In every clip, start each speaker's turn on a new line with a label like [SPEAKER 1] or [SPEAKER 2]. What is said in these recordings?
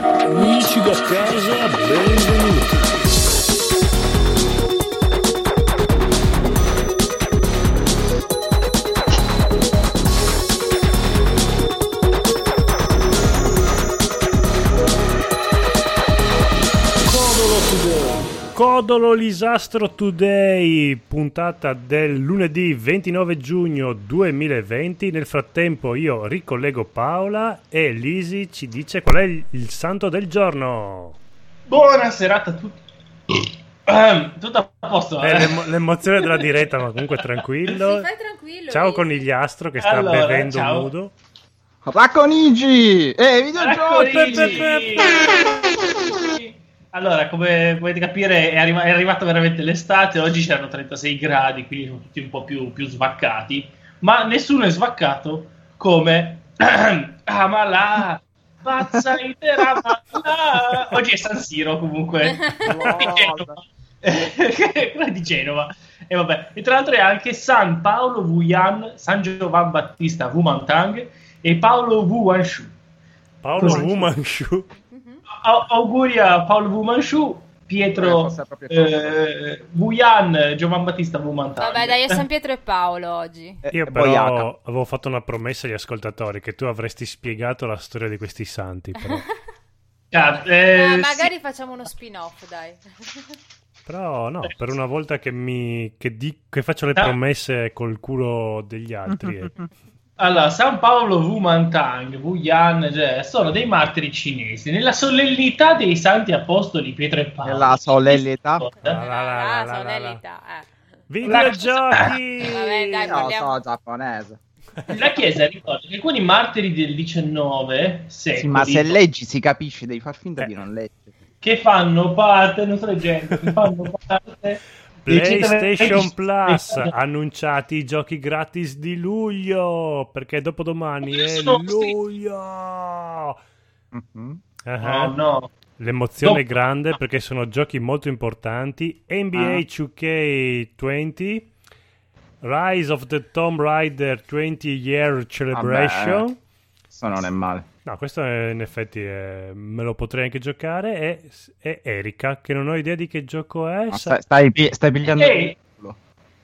[SPEAKER 1] Amici da casa, benvenuti. Codolo Lisastro Today, puntata del lunedì 29 giugno 2020. Nel frattempo io ricollego Paola e Lisi ci dice qual è il, il santo del giorno.
[SPEAKER 2] Buona serata a tutti. Ehm, Tutto a posto.
[SPEAKER 1] È
[SPEAKER 2] eh?
[SPEAKER 1] l'emo- l'emozione della diretta, ma comunque tranquillo.
[SPEAKER 3] Sì, fai tranquillo.
[SPEAKER 1] Ciao
[SPEAKER 3] Luigi.
[SPEAKER 1] conigliastro che sta
[SPEAKER 2] Allora,
[SPEAKER 1] bevendo
[SPEAKER 2] ciao.
[SPEAKER 1] nudo.
[SPEAKER 4] Racconigi! Eh, videogiochi!
[SPEAKER 2] Eccoli! Allora, come potete capire, è, arri- è arrivata veramente l'estate. Oggi c'erano 36 gradi, quindi sono tutti un po' più, più svaccati. Ma nessuno è svaccato come Amala. Pazza intera Amala. Oggi è San Siro, comunque. di Genova. Quella di Genova. E vabbè, e tra l'altro è anche San Paolo Wuyan, San Giovan Battista Wumantang e Paolo Wu Wanshu.
[SPEAKER 1] Paolo
[SPEAKER 2] Così.
[SPEAKER 1] Wumanshu.
[SPEAKER 2] A- auguri a Paolo Wu Wanshu,
[SPEAKER 4] Eh,
[SPEAKER 2] Pietro
[SPEAKER 4] forse è proprio
[SPEAKER 2] eh, Wuyan, Giovan Battista Eh, Wu Mantang.
[SPEAKER 3] Vabbè, dai, è San Pietro e Paolo oggi.
[SPEAKER 4] Eh,
[SPEAKER 1] Io però
[SPEAKER 4] boiata.
[SPEAKER 1] avevo fatto una promessa agli ascoltatori che tu avresti spiegato la storia di questi santi. Però,
[SPEAKER 2] Ah,
[SPEAKER 3] Eh,
[SPEAKER 2] eh,
[SPEAKER 3] magari facciamo uno spin-off, dai.
[SPEAKER 1] Però no, per una volta che, mi, che, di- che faccio le
[SPEAKER 2] Ah.
[SPEAKER 1] promesse col culo degli altri. eh.
[SPEAKER 2] Allora, San Paolo Wu Mantang, Wu Yan, cioè, sono dei martiri cinesi. Nella solennità dei santi apostoli Pietro e Paolo.
[SPEAKER 4] Nella solennità.
[SPEAKER 1] La, la, la, la, la,
[SPEAKER 3] Ah,
[SPEAKER 1] la,
[SPEAKER 3] sonellità, eh.
[SPEAKER 1] Videogiochi!
[SPEAKER 3] Vabbè,
[SPEAKER 1] Eh,
[SPEAKER 3] dai,
[SPEAKER 4] Io
[SPEAKER 3] parliamo-
[SPEAKER 4] so giapponese.
[SPEAKER 2] La Chiesa ricorda che alcuni martiri del XIX secolo
[SPEAKER 4] Sì, ma se leggi si capisce, devi far finta di
[SPEAKER 1] Eh.
[SPEAKER 4] non leggere.
[SPEAKER 2] che fanno parte, non sto leggendo, che fanno parte dei
[SPEAKER 1] PlayStation
[SPEAKER 2] 120
[SPEAKER 1] Plus, annunciati i giochi gratis di luglio, perché dopodomani è
[SPEAKER 2] Sono-
[SPEAKER 1] luglio!
[SPEAKER 4] Mhm.
[SPEAKER 1] Ah,
[SPEAKER 2] Oh, No, no.
[SPEAKER 1] L'emozione è
[SPEAKER 2] Dopo-
[SPEAKER 1] grande perché sono giochi molto importanti. NBA
[SPEAKER 4] Ah.
[SPEAKER 1] 2K20, Rise of the Tomb Raider 20 Year Celebration.
[SPEAKER 4] Questo non è male.
[SPEAKER 1] No, questo è- in effetti è- me lo potrei anche giocare. E, e Erika, che non ho idea di che gioco è.
[SPEAKER 4] Ma
[SPEAKER 1] sa-
[SPEAKER 4] stai, stai pi- stai pigliando
[SPEAKER 2] Ehi.
[SPEAKER 4] il culo.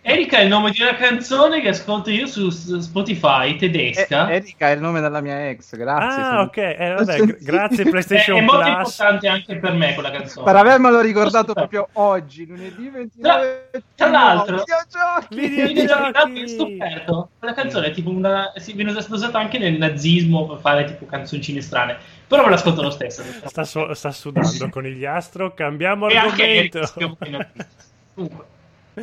[SPEAKER 2] Erika è il nome di una canzone che ascolto io su s- Spotify
[SPEAKER 4] Eh,
[SPEAKER 2] tedesca. È,
[SPEAKER 4] Erika è il nome della mia ex, grazie.
[SPEAKER 1] ah, ok. eh, vabbè,
[SPEAKER 4] Sì.
[SPEAKER 1] gr- grazie PlayStation
[SPEAKER 2] è molto
[SPEAKER 1] Plus.
[SPEAKER 2] importante anche per me quella canzone.
[SPEAKER 4] Per avermelo ricordato proprio oggi, lunedì 29
[SPEAKER 2] tra
[SPEAKER 4] giugno,
[SPEAKER 2] l'altro-
[SPEAKER 4] videogiochi!
[SPEAKER 1] Video-
[SPEAKER 2] Quindi,
[SPEAKER 1] Videogiochi!
[SPEAKER 2] dato che è scoperto, Quella canzone è tipo una. Si viene usata anche nel nazismo per fare tipo canzoncine strane. Però me l'ascolto lo stesso.
[SPEAKER 1] Sta, su- sta sudando con gli astro. Cambiamo
[SPEAKER 2] E anche
[SPEAKER 1] argomento.
[SPEAKER 2] Erika si chiama in artista. Comunque,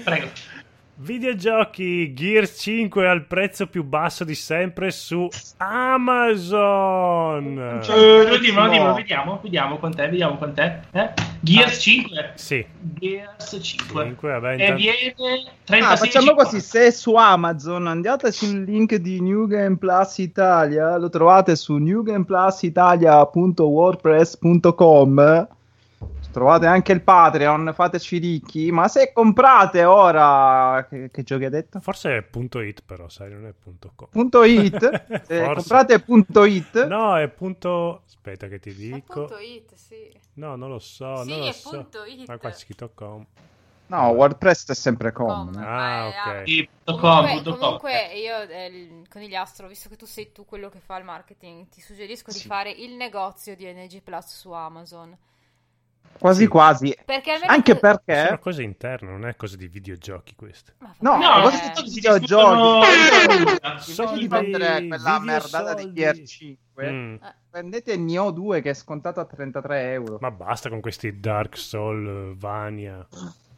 [SPEAKER 2] prego.
[SPEAKER 1] Videogiochi Gear 5 al prezzo più basso di sempre su Amazon.
[SPEAKER 2] Eh, lo dico, lo dico, vediamo, vediamo con te, vediamo con te. Eh? Gears 5.
[SPEAKER 1] Sì,
[SPEAKER 2] Gears 5.
[SPEAKER 1] comunque, vabbè,
[SPEAKER 2] E
[SPEAKER 1] intanto-
[SPEAKER 2] viene
[SPEAKER 4] Ah,
[SPEAKER 2] 36
[SPEAKER 4] facciamo così, se su Amazon andate sul link di New Game Plus Italia, lo trovate su newgameplusitalia.wordpress.com trovate anche il Patreon, fateci ricchi, ma se comprate ora, che, che giochi hai detto?
[SPEAKER 1] forse è punto .it però, sai, non è punto .com.
[SPEAKER 4] Punto it, se
[SPEAKER 1] Forse.
[SPEAKER 4] comprate punto it,
[SPEAKER 1] No, è punto... Aspetta che ti
[SPEAKER 3] È
[SPEAKER 1] dico.
[SPEAKER 3] punto it, sì.
[SPEAKER 1] No, non lo so,
[SPEAKER 3] Sì,
[SPEAKER 1] non lo
[SPEAKER 3] è
[SPEAKER 1] so.
[SPEAKER 3] punto it.
[SPEAKER 1] Ma qua c'è scritto com.
[SPEAKER 4] no, WordPress è sempre com.
[SPEAKER 3] Com.
[SPEAKER 4] eh.
[SPEAKER 1] Ah,
[SPEAKER 3] Ah,
[SPEAKER 1] ok.
[SPEAKER 2] Sì, punto com,
[SPEAKER 3] Comunque,
[SPEAKER 2] punto com.
[SPEAKER 3] comunque io, eh, il conigliastro, visto che tu sei tu quello che fa il marketing, ti suggerisco di
[SPEAKER 4] Sì.
[SPEAKER 3] fare il negozio di NG Plus su Amazon.
[SPEAKER 4] Quasi
[SPEAKER 1] Sì.
[SPEAKER 4] quasi,
[SPEAKER 3] Perché almeno
[SPEAKER 4] anche
[SPEAKER 3] tu-
[SPEAKER 1] Sono
[SPEAKER 4] perché...
[SPEAKER 1] cose interne, non è cose di videogiochi queste.
[SPEAKER 3] Ma fa-
[SPEAKER 4] No,
[SPEAKER 2] No,
[SPEAKER 4] ma
[SPEAKER 3] eh,
[SPEAKER 4] cosa
[SPEAKER 2] tutto si
[SPEAKER 4] videogiochi?
[SPEAKER 2] discutono-
[SPEAKER 4] Invece di
[SPEAKER 1] Soldi,
[SPEAKER 4] prendere quella
[SPEAKER 1] video
[SPEAKER 4] merdata di
[SPEAKER 1] soldi.
[SPEAKER 4] GR5,
[SPEAKER 1] Mm.
[SPEAKER 4] Prendete Nioh 2 che è scontato a 33 euro.
[SPEAKER 1] Ma basta con questi Dark Soul, eh, Vania.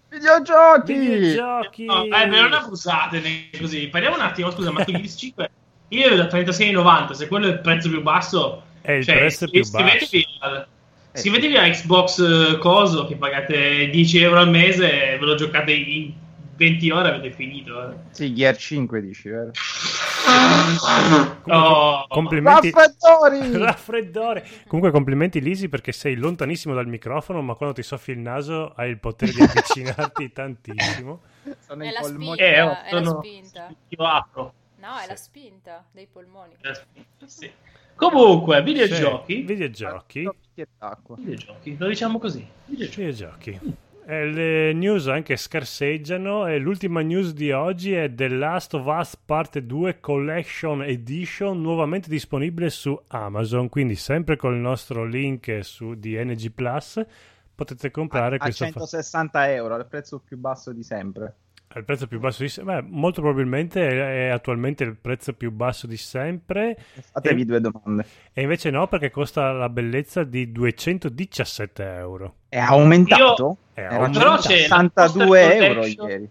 [SPEAKER 4] Videogiochi!
[SPEAKER 1] Videogiochi!
[SPEAKER 2] No, eh, beh, non abusatene così. Parliamo un attimo, scusa, ma tu Gears 5 io ero da 36,90, se quello è il prezzo più basso,
[SPEAKER 1] È Eh, il
[SPEAKER 2] cioè,
[SPEAKER 1] prezzo
[SPEAKER 2] iscri-
[SPEAKER 1] più basso.
[SPEAKER 2] iscrivetevi al-
[SPEAKER 4] Eh,
[SPEAKER 2] Iscrivetevi a Xbox eh, Coso che pagate 10 euro al mese e ve lo giocate in 20 ore e avete finito. eh.
[SPEAKER 4] Sì, Gear 5 dici, vero?
[SPEAKER 2] Oh,
[SPEAKER 1] Complimenti.
[SPEAKER 4] Raffettori!
[SPEAKER 1] Raffreddore. Comunque, complimenti Lisi perché sei lontanissimo dal microfono, ma quando ti soffi il naso hai il potere di avvicinarti tantissimo.
[SPEAKER 4] Sono
[SPEAKER 3] è
[SPEAKER 4] i
[SPEAKER 3] la
[SPEAKER 4] polmoni.
[SPEAKER 3] spinta,
[SPEAKER 2] eh, oh,
[SPEAKER 3] è la
[SPEAKER 2] sono-
[SPEAKER 3] spinta.
[SPEAKER 2] io apro.
[SPEAKER 3] No, è
[SPEAKER 1] Sì.
[SPEAKER 3] la spinta dei polmoni.
[SPEAKER 2] Sì. Comunque,
[SPEAKER 1] Sì,
[SPEAKER 2] videogiochi.
[SPEAKER 1] Cioè,
[SPEAKER 4] Ah,
[SPEAKER 1] Videogiochi.
[SPEAKER 4] D'acqua.
[SPEAKER 2] Videogiochi, lo diciamo così. Videogiochi.
[SPEAKER 1] Videogiochi. Eh, le news anche scarseggiano e l'ultima news di oggi è The Last of Us Parte 2 Collection Edition nuovamente disponibile su Amazon, quindi sempre col nostro link su di NG Plus potete comprare
[SPEAKER 4] a
[SPEAKER 1] questo fa-
[SPEAKER 4] 160 euro, il prezzo più basso di sempre.
[SPEAKER 1] al prezzo più basso di sempre, molto probabilmente è, è attualmente il prezzo più basso di sempre
[SPEAKER 4] Fatevi
[SPEAKER 2] Eh.
[SPEAKER 1] E-
[SPEAKER 4] due domande.
[SPEAKER 1] e invece no perché costa la bellezza di 217 euro.
[SPEAKER 4] È aumentato?
[SPEAKER 1] È
[SPEAKER 4] Era
[SPEAKER 1] un-
[SPEAKER 2] Però
[SPEAKER 4] aumentato
[SPEAKER 2] c'è
[SPEAKER 4] a
[SPEAKER 2] la
[SPEAKER 4] 62
[SPEAKER 2] Foster
[SPEAKER 4] euro
[SPEAKER 2] Collection.
[SPEAKER 4] ieri.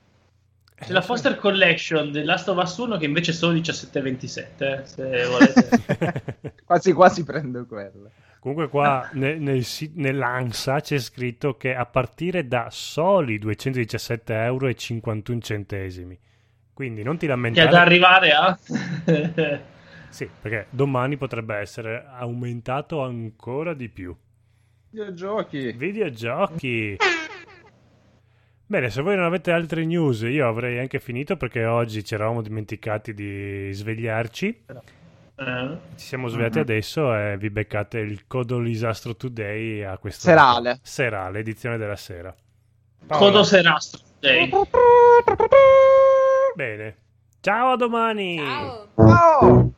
[SPEAKER 2] C'è la Foster Collection del Last of Us 1 che invece è solo 17,27. eh, Se volete.
[SPEAKER 4] Quasi quasi prendo quello.
[SPEAKER 1] Comunque qua ne- nel si- nell'ANSA c'è scritto che a partire da soli 217,51 euro, quindi non ti
[SPEAKER 2] che ad
[SPEAKER 1] lamentare,
[SPEAKER 2] arrivare a. eh,
[SPEAKER 1] sì, perché domani potrebbe essere aumentato ancora di più.
[SPEAKER 4] Videogiochi.
[SPEAKER 1] Videogiochi! Bene, se voi non avete altre news, io avrei anche finito perché oggi ci eravamo dimenticati di svegliarci.
[SPEAKER 2] Eh,
[SPEAKER 1] Ci siamo svegliati
[SPEAKER 4] Mhm.
[SPEAKER 1] adesso e vi beccate il Codolisastro Today a questo
[SPEAKER 4] Serale.
[SPEAKER 1] serale, edizione della sera. Paolo.
[SPEAKER 2] Codo Serastro. Day.
[SPEAKER 1] Bene. Ciao a domani.
[SPEAKER 3] Ciao!
[SPEAKER 4] Ciao!